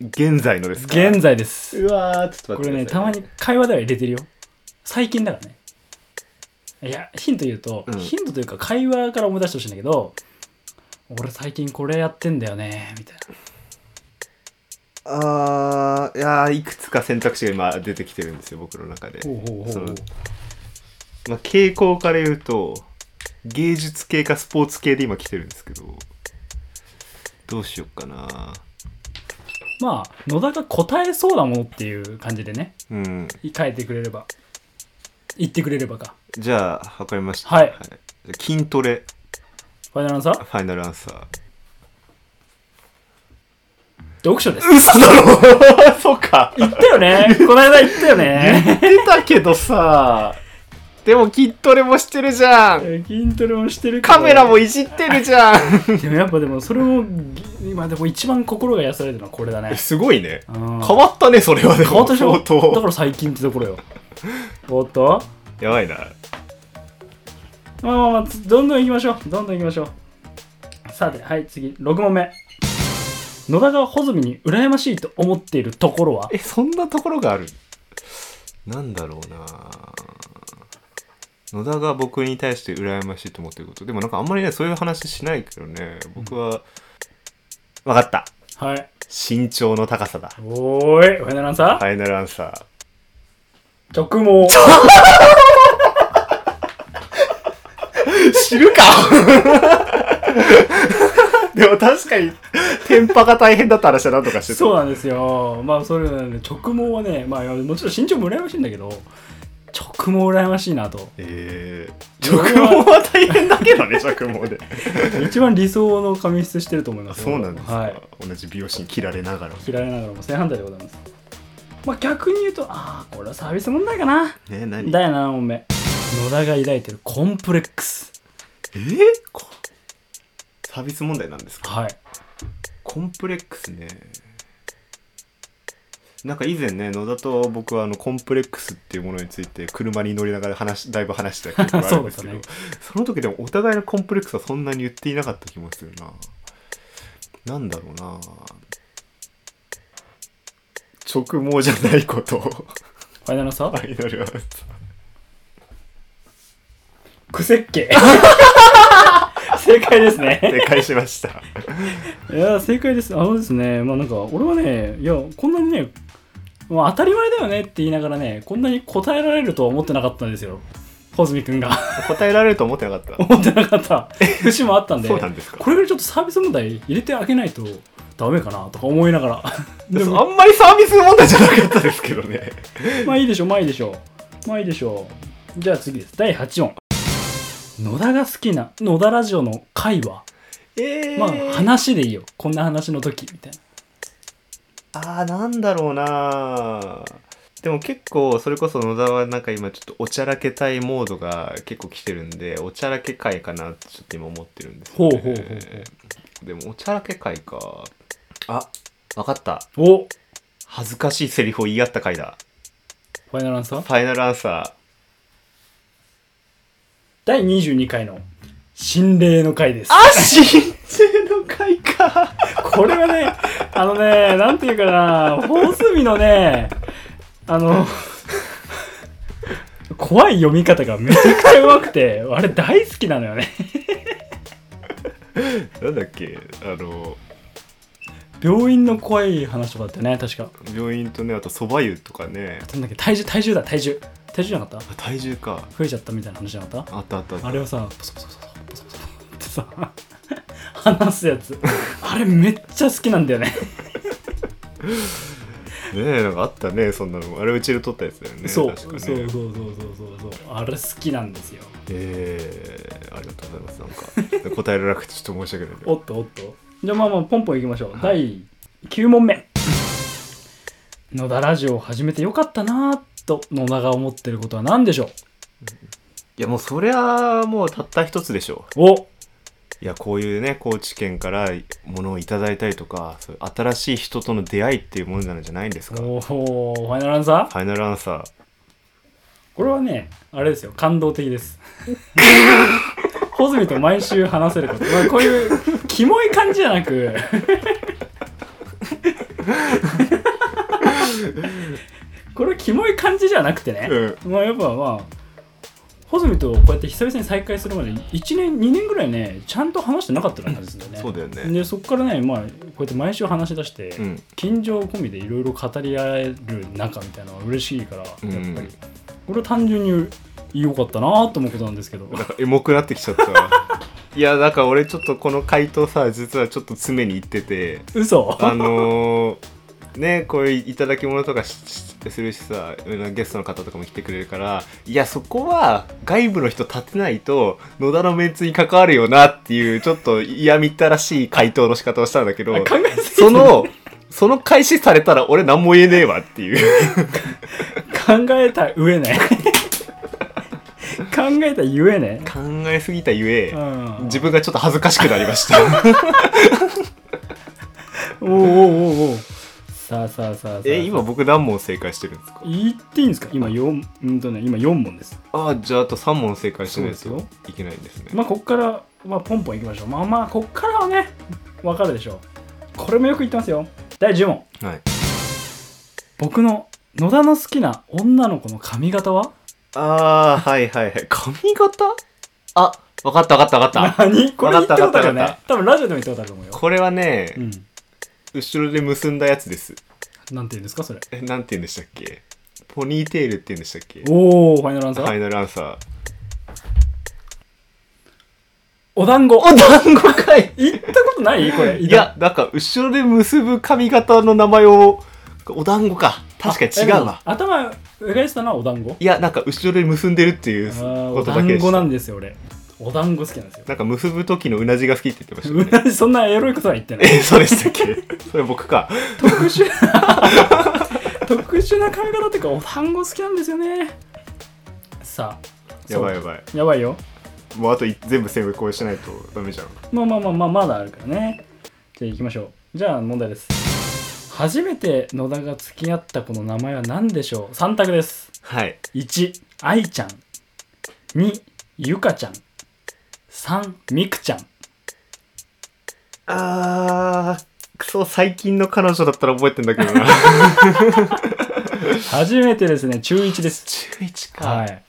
Speaker 2: 現在のですか
Speaker 1: 現在です
Speaker 2: うわーちょっと
Speaker 1: こ
Speaker 2: 待
Speaker 1: れね
Speaker 2: ってくださ
Speaker 1: たま
Speaker 2: い
Speaker 1: に会話では入れてるよ最近だからねいやヒント言うと、
Speaker 4: うん
Speaker 1: ヒントというか会話から思い出してほしいんだけど俺最近これやってんだよねみたいな
Speaker 2: あーいやーいくつか選択肢が今出てきてるんですよ僕の中で、
Speaker 1: ほうほうほうほう
Speaker 2: まあ、傾向から言うと芸術系かスポーツ系で今来てるんですけどどうしよっかな
Speaker 1: まあ野田が答えそうなものっていう感じでね
Speaker 2: うん
Speaker 1: 変えてくれれば言ってくれればか
Speaker 2: じゃあ分かりました、
Speaker 1: はい
Speaker 2: じゃあ筋トレ
Speaker 1: ファイナルアンサー
Speaker 2: ファイナルアンサー
Speaker 1: 読書です
Speaker 2: 嘘だろ そうか
Speaker 1: 言ったよ ねこの間言ったよ
Speaker 2: 言
Speaker 1: ね
Speaker 2: ってたけどさでも筋トレもしてるじゃん
Speaker 1: 筋トレもしてるけど
Speaker 2: カメラもいじってるじゃん
Speaker 1: でもやっぱでもそれも今でも一番心が癒されるのはこれだね
Speaker 2: すごいね
Speaker 1: 変
Speaker 2: 変わったねそれはでも
Speaker 1: 変わったでしょ
Speaker 2: 相
Speaker 1: だ
Speaker 2: 当
Speaker 1: から最近ってところよおっと
Speaker 2: やばいな
Speaker 1: まあまあまあつどんどん行きましょうどんどん行きましょうさてはい次6問目野田が穂積に羨ましいと思っているところは
Speaker 2: えそんなところがあるなんだろうな野田が僕に対して羨ましいと思ってることでもなんかあんまりねそういう話しないけどね僕は、わかった
Speaker 1: はい
Speaker 2: 身長の高さだフ
Speaker 1: おーいファイナルアンサー、
Speaker 2: ァイナルアンサ
Speaker 1: 直毛
Speaker 2: ー知るか でも確かにテンパが大変だった話は何とかしてた
Speaker 1: そうなんですよまあそれなんで直毛はねまあもちろん身長も羨ましいんだけど直毛羨ましいなと
Speaker 2: えー、直毛は大変だけどね直毛で
Speaker 1: 一番理想の髪質してると思います
Speaker 2: そうなんですか、
Speaker 1: はい
Speaker 2: 同じ美容師に切られながらも
Speaker 1: 切られながらも正反対でございますまあ逆に言うとああこれはサービス問題かな
Speaker 2: ね何
Speaker 1: 第7問目野田が抱いてるコンプレックス
Speaker 2: えー、こサービス問題なんですか
Speaker 1: はい
Speaker 2: コンプレックスねなんか以前ね野田と僕はあのコンプレックスっていうものについて車に乗りながら話しだいぶ話した記憶があるんですけ ど
Speaker 1: そう
Speaker 2: そ
Speaker 1: で
Speaker 2: の時でもお互いのコンプレックスはそんなに言っていなかった気もするななんだろうな直毛じゃないことを
Speaker 1: ファイナルさ
Speaker 2: アイドルは
Speaker 1: クセッケ 正解ですね
Speaker 2: 正解しました
Speaker 1: いや正解ですあそうですねまあなんか俺はねいやこんなにねまあ当たり前だよねって言いながらねこんなに答えられるとは思ってなかったんですよ穂積君が
Speaker 2: 答えられると思って なかっ
Speaker 1: 思ってなかった節もあったん
Speaker 2: た
Speaker 1: で
Speaker 2: そうなんですか
Speaker 1: これぐらいちょっとサービス問題入れてあげないとダメかなとか思いながらでも
Speaker 2: あんまりサービス問題じゃなかったですけどね。
Speaker 1: まあいいでしょうまあいいでしょうまあいいでしょうじゃあ次です第8問野田が好きな野田ラジオの会話
Speaker 2: え
Speaker 1: まあ話でいいよこんな話の時みたいな
Speaker 2: あーなんだろうなでも結構それこそ野田はなんか今ちょっとおちゃらけたいモードが結構来てるんでおちゃらけ会かなってちょっと今思ってるんですよね
Speaker 1: ほうほうほうほ
Speaker 2: でもおちゃらけ会かあわかった
Speaker 1: お
Speaker 2: 恥ずかしいセリフを言い合った回だ
Speaker 1: ファイナルアンサー
Speaker 2: ファイナルアンサ
Speaker 1: 第22回の心霊の回です
Speaker 2: ーあ新生の会か
Speaker 1: これはねあのねなんていうかな放送日のねあの怖い読み方がめちゃくちゃうまくてあれ大好きなのよね
Speaker 2: なんだっけあの
Speaker 1: 病院の怖い話とかだったよね確か
Speaker 2: 病院とねあとそば湯とかね
Speaker 1: なんだっけ体重体重だ体重体重じゃなかった
Speaker 2: あ体重か
Speaker 1: 増えちゃったみたいな話じゃなかっ
Speaker 2: あったあったあった
Speaker 1: たあれをさポソポソポソポソポソってさ話すやつあれめっちゃ好きなんだよね
Speaker 2: ねえなんかあったねそんなのあれうちで撮ったやつだよね
Speaker 1: そう
Speaker 2: 確
Speaker 1: そ
Speaker 2: か
Speaker 1: う
Speaker 2: ね
Speaker 1: そうそうそうそうそうあれ好きなんですよ
Speaker 2: えー、ありがとうございますなんか 答えられなくてちょっと申し訳ない
Speaker 1: おっとおっとじゃあまあまあポンポンいきましょう、第9問目野田ラジオを始めてよかったなぁと野田が思ってることは何でしょ
Speaker 2: いやもうそりゃもうたった一つでしょ
Speaker 1: うお
Speaker 2: いやこういうね高知県からものをいただいたりとかそういう新しい人との出会いっていうものなんじゃないんですかフ
Speaker 1: おおファイナルアンサー
Speaker 2: ァイナルアンサ
Speaker 1: これはねあれですよ感動的です ホズミと毎週話せること、まあ、こういうキモい感じじゃな くこれキモい感じじゃなくてね、
Speaker 2: うん
Speaker 1: まあやっぱまあ穂積とこうやって久々に再会するまで1年2年ぐらいねちゃんと話してなかった感じですよね
Speaker 2: そうだよね
Speaker 1: でそっからねまあこうやって毎週話し出して、
Speaker 2: うん
Speaker 1: 近所込みでいろいろ語り合える仲みたいなのは嬉しいから、
Speaker 2: うん
Speaker 1: やっぱりこれは単純に良かったなと思うことなんです けど
Speaker 2: なんかエモくなってきちゃったわいやだから俺ちょっとこの回答さ実はちょっと詰めに行ってて
Speaker 1: 嘘
Speaker 2: あのーねこういういただき物とかししするしさゲストの方とかも来てくれるからいやそこは外部の人立てないと野田のメンツに関わるよなっていうちょっと嫌みったらしい回答の仕方をしたんだけど
Speaker 1: あ考えすぎ
Speaker 2: そのその開始されたら俺何も言えねえわっていう
Speaker 1: 考えた上 ね考えたゆえね、
Speaker 2: 考えすぎたゆえ
Speaker 1: うん、
Speaker 2: 自分がちょっと恥ずかしくなりました
Speaker 1: おうおうおうおうさあさあさあさあ
Speaker 2: え今僕何問正解してるんですか
Speaker 1: 言っていいんですか今4うんとね今四問です
Speaker 2: ああじゃああと3問正解しない
Speaker 1: そうで
Speaker 2: といけないんですね
Speaker 1: まあこっから、まあ、ポンポンいきましょうまあまあこっからはねわかるでしょうこれもよく言ってますよ第10問
Speaker 2: はい
Speaker 1: 僕の野田の好きな女の子の髪型は
Speaker 2: ああ、はいはいはい。髪型あ、わかったわかったわ かった。
Speaker 1: 何これ言ったことあるよ
Speaker 2: わか
Speaker 1: ね多分ラジオでも言ったことあると思うよ
Speaker 2: これはね、
Speaker 1: うん
Speaker 2: 後ろで結んだやつです。
Speaker 1: なんて言うんですかそれ
Speaker 2: え、なんて言うんでしたっけポニーテールって言うんでしたっけ
Speaker 1: おおファイナルアンサ
Speaker 2: フ
Speaker 1: ー、
Speaker 2: ァイナルアンサー。
Speaker 1: お団子
Speaker 2: お団子かい
Speaker 1: 言ったことない これ
Speaker 2: いや、なんか後ろで結ぶ髪型の名前を、お団子か。確かに違うわ。
Speaker 1: あでも頭描いてたのはお団子
Speaker 2: いや、なんか後ろで結んでるっていう
Speaker 1: あー
Speaker 2: こ
Speaker 1: お
Speaker 2: とだけ
Speaker 1: 団
Speaker 2: で
Speaker 1: 子
Speaker 2: した
Speaker 1: なんですよ俺お団子好きなんですよ
Speaker 2: なんか結ぶ時のうなじが好きって言ってました
Speaker 1: う
Speaker 2: よね。
Speaker 1: なじ そんなエロいことは言ってない
Speaker 2: え、そうでしたっけそれ僕か。
Speaker 1: 特殊 な特殊な髪型っていうかお団子好きなんですよねさあ
Speaker 2: やばい
Speaker 1: そ
Speaker 2: やばい。
Speaker 1: うやばいよ
Speaker 2: もうあとい全部全部こうしないとダメじゃん。
Speaker 1: まあまあまあまあまだあるからねじゃあ行きましょうじゃあ問題です初めて野田が付き合った子の名前は何でしょう3択です
Speaker 2: はい。
Speaker 1: 1愛ちゃん2ゆかちゃん3みくちゃん
Speaker 2: あー、クソ、最近の彼女だったら覚えてんだけどな。
Speaker 1: 初めてですね中1です
Speaker 2: 中1か。
Speaker 1: はい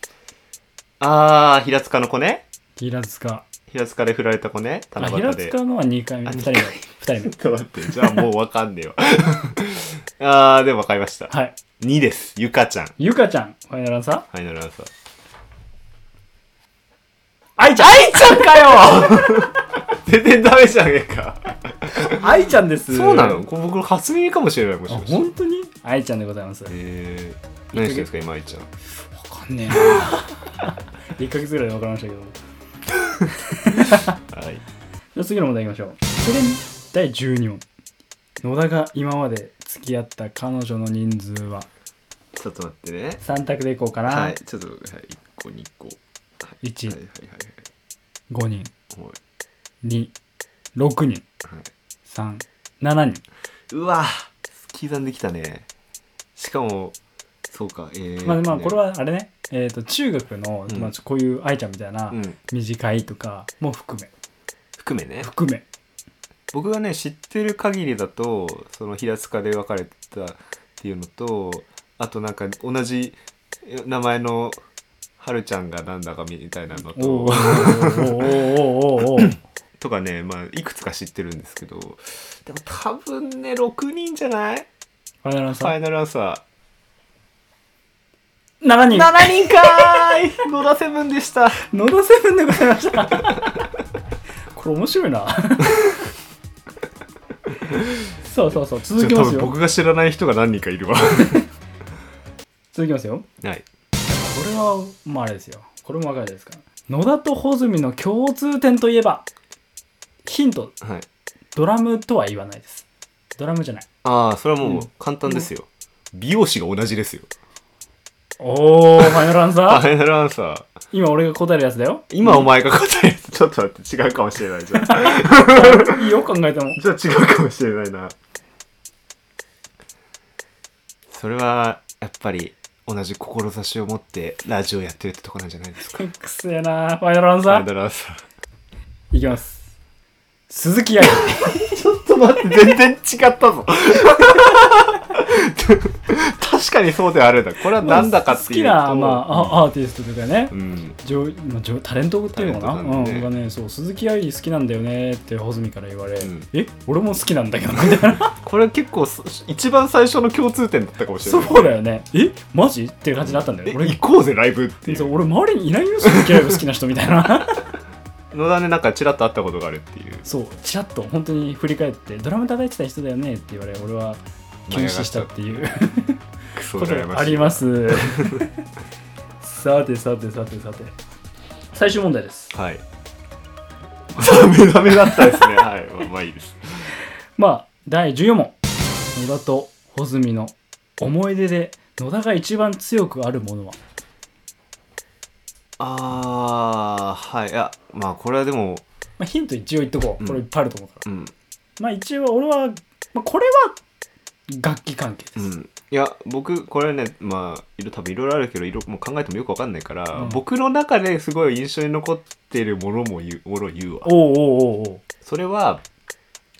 Speaker 2: あー、平塚の子ね。
Speaker 1: 平塚
Speaker 2: 平塚で振られた子ね。
Speaker 1: あ
Speaker 2: 七夕で。
Speaker 1: 平塚のは2回目
Speaker 2: あ
Speaker 1: 2
Speaker 2: 二
Speaker 1: 人
Speaker 2: 回
Speaker 1: 目2人目
Speaker 2: ちょっと待って、じゃあもうわかんねえわ。 あー、でもわかりました。
Speaker 1: はい
Speaker 2: 2です。ゆかちゃん。フ
Speaker 1: ゆかちゃんファイナルアンサー
Speaker 2: ァイナルアンサー。
Speaker 1: 愛ちゃん愛ちゃんかよ
Speaker 2: 全然ダメじゃねえか。
Speaker 1: 愛ちゃんです
Speaker 2: そうなのこれ僕の初耳かもしれない、も
Speaker 1: あ
Speaker 2: しかして。
Speaker 1: 本当に愛ちゃんでございますわ
Speaker 2: えー、何してるんですか、今、いちゃん。
Speaker 1: かんねえな 1ヶ月ぐらいで分かりましたけどじ
Speaker 2: はい。
Speaker 1: ゃあ次の問題いきましょうそれ第12問野田が今まで付き合った彼女の人数は
Speaker 2: ちょっと待ってね。
Speaker 1: 3択でいこうかな、
Speaker 2: はい、ちょっと、はい、1個、2個。はい
Speaker 1: 一
Speaker 2: はいはいはい
Speaker 1: 5人
Speaker 2: はい。はい
Speaker 1: 26人
Speaker 2: はい
Speaker 1: 37人
Speaker 2: うわ刻んできたねしかもそうかえー、
Speaker 1: まあまあこれ
Speaker 2: は
Speaker 1: はあれねえー、と中学の、
Speaker 2: うん
Speaker 1: まあ、こういう愛ちゃんみたいな
Speaker 2: うん
Speaker 1: 短いとかも含め
Speaker 2: 含めね
Speaker 1: 含め
Speaker 2: 僕がね知ってる限りだとその平塚で別れてたっていうのとあとなんか同じえ名前のはるちゃんがなんだかみたいなの
Speaker 1: おおお
Speaker 2: と
Speaker 1: おおおお
Speaker 2: とかねまあいくつか知ってるんですけどでも多分ね6人じゃない
Speaker 1: ファイナルアン
Speaker 2: フ
Speaker 1: サ
Speaker 2: ァ
Speaker 1: ー
Speaker 2: イナルアンサ
Speaker 1: 7
Speaker 2: ー
Speaker 1: 人
Speaker 2: 7人かーい野田セブンでした
Speaker 1: 野田セブンでございましたこれ面白いなそうそうそう続き
Speaker 2: じゃあ
Speaker 1: ます
Speaker 2: 多分
Speaker 1: よ
Speaker 2: 僕が知らない人が何人かいるわ
Speaker 1: 続きますよ
Speaker 2: はい
Speaker 1: これはまああれですよこれもわかるじゃないですか野田と穂積の共通点といえばヒント
Speaker 2: はい
Speaker 1: ドラムとは言わないですドラムじゃない
Speaker 2: ああそれはも
Speaker 1: う
Speaker 2: う簡単ですよ、美容師が同じですよ
Speaker 1: おおファイナルアンサ
Speaker 2: フ
Speaker 1: ー
Speaker 2: ァイナルアンサー
Speaker 1: 今俺が答えるやつだよ
Speaker 2: 今お前が答えるちょっと待って違うかもしれないじゃ あ
Speaker 1: いいよ考えても
Speaker 2: じゃあ違うかもしれないなそれはやっぱり同じ志を持ってラジオやってるってとこなんじゃないですか
Speaker 1: くっせえなファイナルアン
Speaker 2: ファイ
Speaker 1: サ
Speaker 2: ナルアンサー
Speaker 1: ーいきます鈴木愛理
Speaker 2: ちょっと待って、全然違ったぞ。 確かにそうではあるんだ。これは なんだかっていうと。
Speaker 1: 好きな、まあ、あアーティストとかね、
Speaker 2: うん。
Speaker 1: 女まあ女タレントっていうのかな、
Speaker 2: タレントなんで
Speaker 1: うん、がねそう鈴木愛理好きなんだよねって穂積から言われ、
Speaker 2: うん
Speaker 1: え俺も好きなんだけどみたいな
Speaker 2: これ結構そ一番最初の共通点だったかもしれ
Speaker 1: そ
Speaker 2: ない。
Speaker 1: うだよねえマジっていう感じになったんだよ
Speaker 2: え
Speaker 1: 俺
Speaker 2: 行こうぜライブってい
Speaker 1: そうう俺周りにいないよ鈴木愛理好きな人みたいな
Speaker 2: 野田ねなんかちらっと会ったことがあるっていう
Speaker 1: そうちらっと本当に振り返ってドラム叩いてた人だよねって言われ俺は休止したっていう
Speaker 2: クソ
Speaker 1: こと
Speaker 2: 羨
Speaker 1: が
Speaker 2: ま
Speaker 1: あ
Speaker 2: し
Speaker 1: り
Speaker 2: い
Speaker 1: ます。さてさてさてさて。最終問題です。
Speaker 2: はい ダメダメだったですねはいまあまあいいです
Speaker 1: まあ、第14問。野田と穂積の思い出で野田が一番強くあるものは
Speaker 2: あーはいいやまあこれはでも
Speaker 1: まあ、ヒント一応言っとこう。
Speaker 2: うん
Speaker 1: これいっぱいあると思うから。
Speaker 2: うん
Speaker 1: まあ一応俺は、まあ、これは楽器関係です。
Speaker 2: うんいや僕これねまあいろ多分いろいろあるけどいろもう考えてもよくわかんないから、
Speaker 1: うん
Speaker 2: 僕の中ですごい印象に残ってるものも言うものを言うわ
Speaker 1: おうおうおうおう
Speaker 2: それは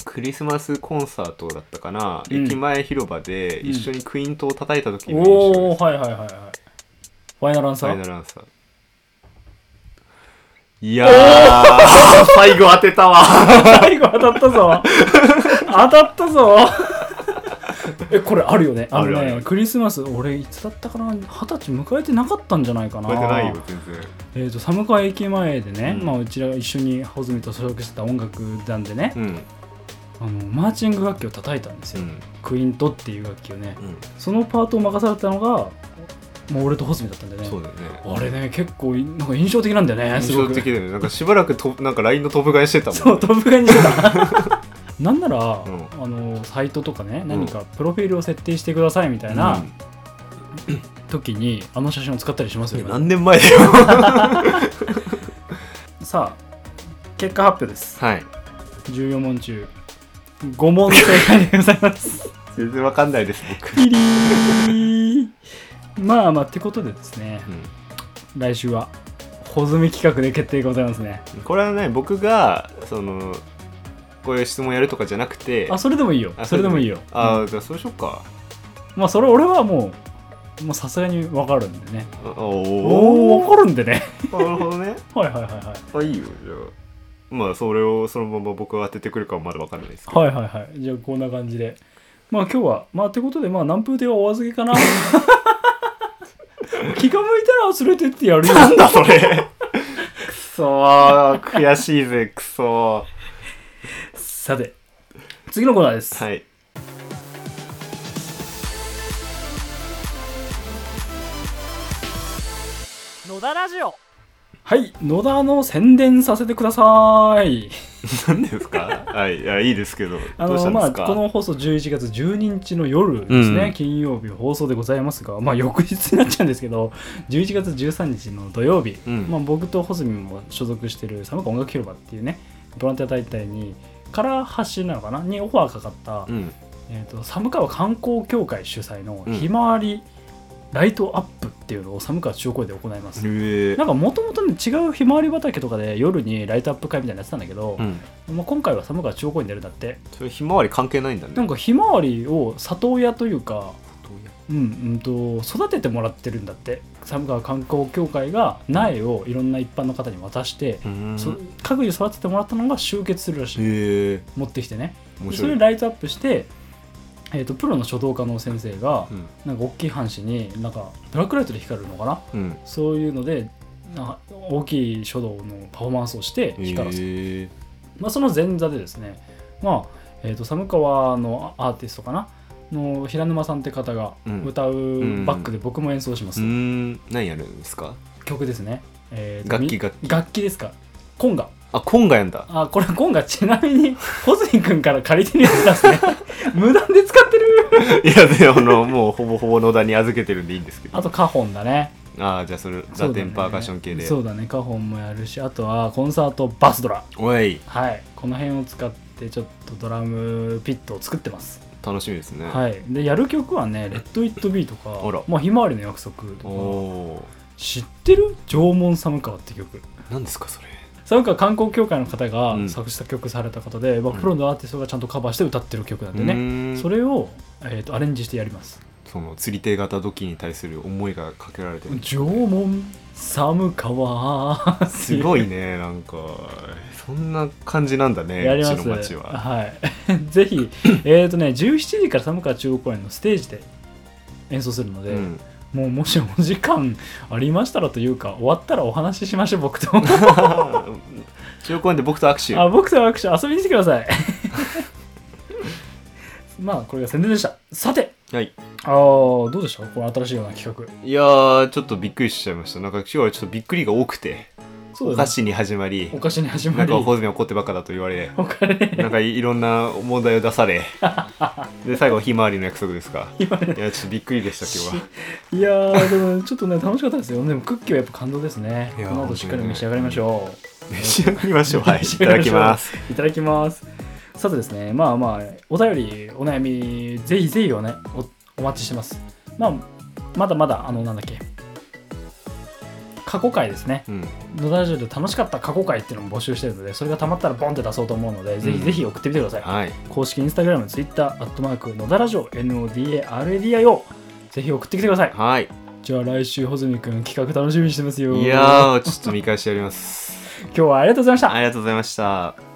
Speaker 2: クリスマスコンサートだったかな、
Speaker 1: うん
Speaker 2: 駅前広場で
Speaker 1: うん
Speaker 2: 一緒にクイントを叩いた時の印象
Speaker 1: お
Speaker 2: で
Speaker 1: おはいはいはいはい。ファイナルアン
Speaker 2: す、
Speaker 1: サ
Speaker 2: ファイナ
Speaker 1: ー
Speaker 2: ルアンサーいやー 最後当てたわ
Speaker 1: 最後当たったぞ当たったぞえこれあるよねあのね
Speaker 2: あるある
Speaker 1: クリスマス俺いつだったかな二十歳迎えてなかったんじゃないかな
Speaker 2: 覚えてないよ全然
Speaker 1: えー、と寒川駅前でね、
Speaker 2: うん
Speaker 1: まあ、うちらが一緒に穂積と所属してた音楽団でね
Speaker 2: う、ん
Speaker 1: あのマーチング楽器を叩いたんです
Speaker 2: う
Speaker 1: よ、
Speaker 2: ん
Speaker 1: クイントっていう楽器をねそのパートを任されたのがもう俺と穂積だったんだよ
Speaker 2: うん
Speaker 1: ね
Speaker 2: そうだよ
Speaker 1: あ
Speaker 2: ね
Speaker 1: れね結構いなんか印象的なんだよねす
Speaker 2: 印
Speaker 1: ご
Speaker 2: 象
Speaker 1: く
Speaker 2: 的だよねなんかしばらくとなんか LINE の飛ぶ替えしてたもん、ね、
Speaker 1: そう、トップガンにしてた。 なんなら、
Speaker 2: ん
Speaker 1: あのサイトとかね、何かプロフィールを設定してくださいみたい
Speaker 2: うん
Speaker 1: な時に、あの写真を使ったりしますよ、ね。
Speaker 2: 何年前だ よ
Speaker 1: さあ、結果発表です。
Speaker 2: はい
Speaker 1: 14問中、5問正解でございます。
Speaker 2: 全然わかんないです僕、
Speaker 1: ピリーまあまあ、ってことでですね、来週は、穂積企画で決定でございますね。
Speaker 2: これはね僕がそのこういう質問やるとかじゃなくて
Speaker 1: あ、それでもいいよ。
Speaker 2: あ
Speaker 1: それでもいいよ。
Speaker 2: あ
Speaker 1: う
Speaker 2: あ、
Speaker 1: ん
Speaker 2: じゃあそうしようか
Speaker 1: まあ、それ俺はもう、もうさすがにわかるんでね。
Speaker 2: お
Speaker 1: おお、
Speaker 2: お
Speaker 1: わかるんでね。
Speaker 2: なるほどね
Speaker 1: はいはいはいはい。
Speaker 2: あいいよじゃあまあそれをそのまま僕が当ててくるかはまだわからないですけど、
Speaker 1: はいはいはいじゃあこんな感じでまあ今日はまあってことでまあ南風亭はお預け かな気が向いたら連れてってやる よ
Speaker 2: なんだそれくそー悔しいぜくそ
Speaker 1: さて次のコーナーです、
Speaker 2: ーはい
Speaker 3: 野田ラジオ
Speaker 1: はい野田の宣伝させてください
Speaker 2: 何ですかはいいやいいですけど
Speaker 1: あ
Speaker 2: どうした
Speaker 1: の
Speaker 2: ん
Speaker 1: ます
Speaker 2: で
Speaker 1: あ
Speaker 2: か、
Speaker 1: この放送11月12日の夜ですね、
Speaker 2: うん
Speaker 1: 金曜日放送でございますがまあ翌日になっちゃうんですけど11月13日の土曜日、
Speaker 2: うん
Speaker 1: まあ、僕と穂積も所属してる寒川音楽広場っていうねボランティア大会にから橋なのかなにオファーかかった、
Speaker 2: うん
Speaker 1: えー、と寒川観光協会主催の
Speaker 2: うん
Speaker 1: ひまわりライトアップっていうのを寒川中央公園で行います、
Speaker 2: え
Speaker 1: なんかもともとね違うひまわり畑とかで夜にライトアップ会みたいなのやってたんだけど
Speaker 2: う、ん
Speaker 1: まあ、今回は寒川中央公園でやるんだって
Speaker 2: それひまわり関係ないんだね
Speaker 1: なんかひまわりを里親というか、
Speaker 2: どうや
Speaker 1: うんうん、と育ててもらってるんだって寒川観光協会が苗をいろんな一般の方に渡して、
Speaker 2: うーん
Speaker 1: そ各自育ててもらったのが集結するらしい、
Speaker 2: へえ
Speaker 1: 持ってきてね
Speaker 2: 面
Speaker 1: そ
Speaker 2: 白い
Speaker 1: れをライトアップして、えー、とプロの書道家の先生が
Speaker 2: うん
Speaker 1: なんか大きい半紙になんかブラックライトで光るのかな
Speaker 2: うん
Speaker 1: そういうのでなんか大きい書道のパフォーマンスをして光らせる
Speaker 2: へえ
Speaker 1: まあ、その前座でですね、まあえー、と寒川のアーティストかなの平沼さんって方が
Speaker 2: うん
Speaker 1: 歌うバックで僕も演奏しま
Speaker 2: う
Speaker 1: す、
Speaker 2: ーん何やるんですか
Speaker 1: 曲ですね、えーと
Speaker 2: 楽器
Speaker 1: み
Speaker 2: 楽器
Speaker 1: 楽器ですかコンガ
Speaker 2: あコンガやんだ
Speaker 1: あこれコンガちなみに 小杉君から借りてるやつです ね無断で使ってる
Speaker 2: いやであのもうほぼほぼ野田に預けてるんでいいんですけど
Speaker 1: あとカホンだね
Speaker 2: ああじゃあそれ
Speaker 1: そうだ
Speaker 2: ラ
Speaker 1: ね
Speaker 2: テンパーカッション系で
Speaker 1: そうだねカホンもやるしあとはコンサートバスドラ
Speaker 2: おい
Speaker 1: はいこの辺を使ってちょっとドラムピットを作ってます
Speaker 2: 楽しみですね、
Speaker 1: はい、でやる曲はね「レッド・イット・ビー」とか
Speaker 2: あら
Speaker 1: まあ、ひまわりの約束」
Speaker 2: お
Speaker 1: とか
Speaker 2: お
Speaker 1: 知ってる「縄文寒川」って曲
Speaker 2: 何ですかそれ
Speaker 1: その他観光協会の方
Speaker 2: う
Speaker 1: が
Speaker 2: ん
Speaker 1: 作詞作曲された方で、まあ、プロのアーティストがちゃんとカバーして歌ってる曲なんで
Speaker 2: う
Speaker 1: ね、
Speaker 2: ーん
Speaker 1: それを、えーとアレンジしてやります
Speaker 2: その釣り手型土器に対する思いがかけられてる
Speaker 1: 縄文寒川
Speaker 2: すごいねなんかそんな感じなんだ ね
Speaker 1: やります
Speaker 2: うちの町は
Speaker 1: はい、 ぜひえっとね17時から寒川中央公園のステージで演奏するので、
Speaker 2: うん
Speaker 1: もうもしお時間ありましたらというか終わったらお話ししましょう 僕と
Speaker 2: 中央公園で僕と握手
Speaker 1: あ僕と握手遊びに来てください まあこれが宣伝でしたさて
Speaker 2: はい
Speaker 1: あーどうでしたこの新しいような企画
Speaker 2: いやーちょっとびっくりしちゃいましたなんか今日はちょっとびっくりが多くてお菓
Speaker 1: ね
Speaker 2: 子に始まり
Speaker 1: お菓子に始
Speaker 2: な
Speaker 1: ま
Speaker 2: ん
Speaker 1: り
Speaker 2: かホズミ怒ってばっかだと言われ
Speaker 1: お金
Speaker 2: なんかいろんな問題を出され で最後ひまわりの約束ですか
Speaker 1: 今ね
Speaker 2: いやちょっとびっくりでした今日はい
Speaker 1: やーでもねちょっとね楽しかったですよでもクッキーはやっぱ感動ですね
Speaker 2: い
Speaker 1: こ
Speaker 2: やー
Speaker 1: の後しっかり召し上がりましょう
Speaker 2: 召し上がりましょうはいいただきます
Speaker 1: いただきますさてですねまあまあお便りお悩みぜひぜひをねおお待ちしてますまあまだまだあのなんだっけ過去回ですね
Speaker 2: うん
Speaker 1: 野田ラジオで楽しかった過去回っていうのも募集してるのでそれがたまったらボンって出そうと思うので、ぜひぜひ送ってみてください
Speaker 2: はい
Speaker 1: 公式インスタグラム、ツイッター、アットマーク、野田ラジオ、NODARADIO、ぜひ送ってきてください。
Speaker 2: はい
Speaker 1: じゃあ来週、穂積君、企画楽しみにしてますよ。
Speaker 2: いやーちょっと見返してやります
Speaker 1: 今日はありがとうございました。
Speaker 2: ありがとうございました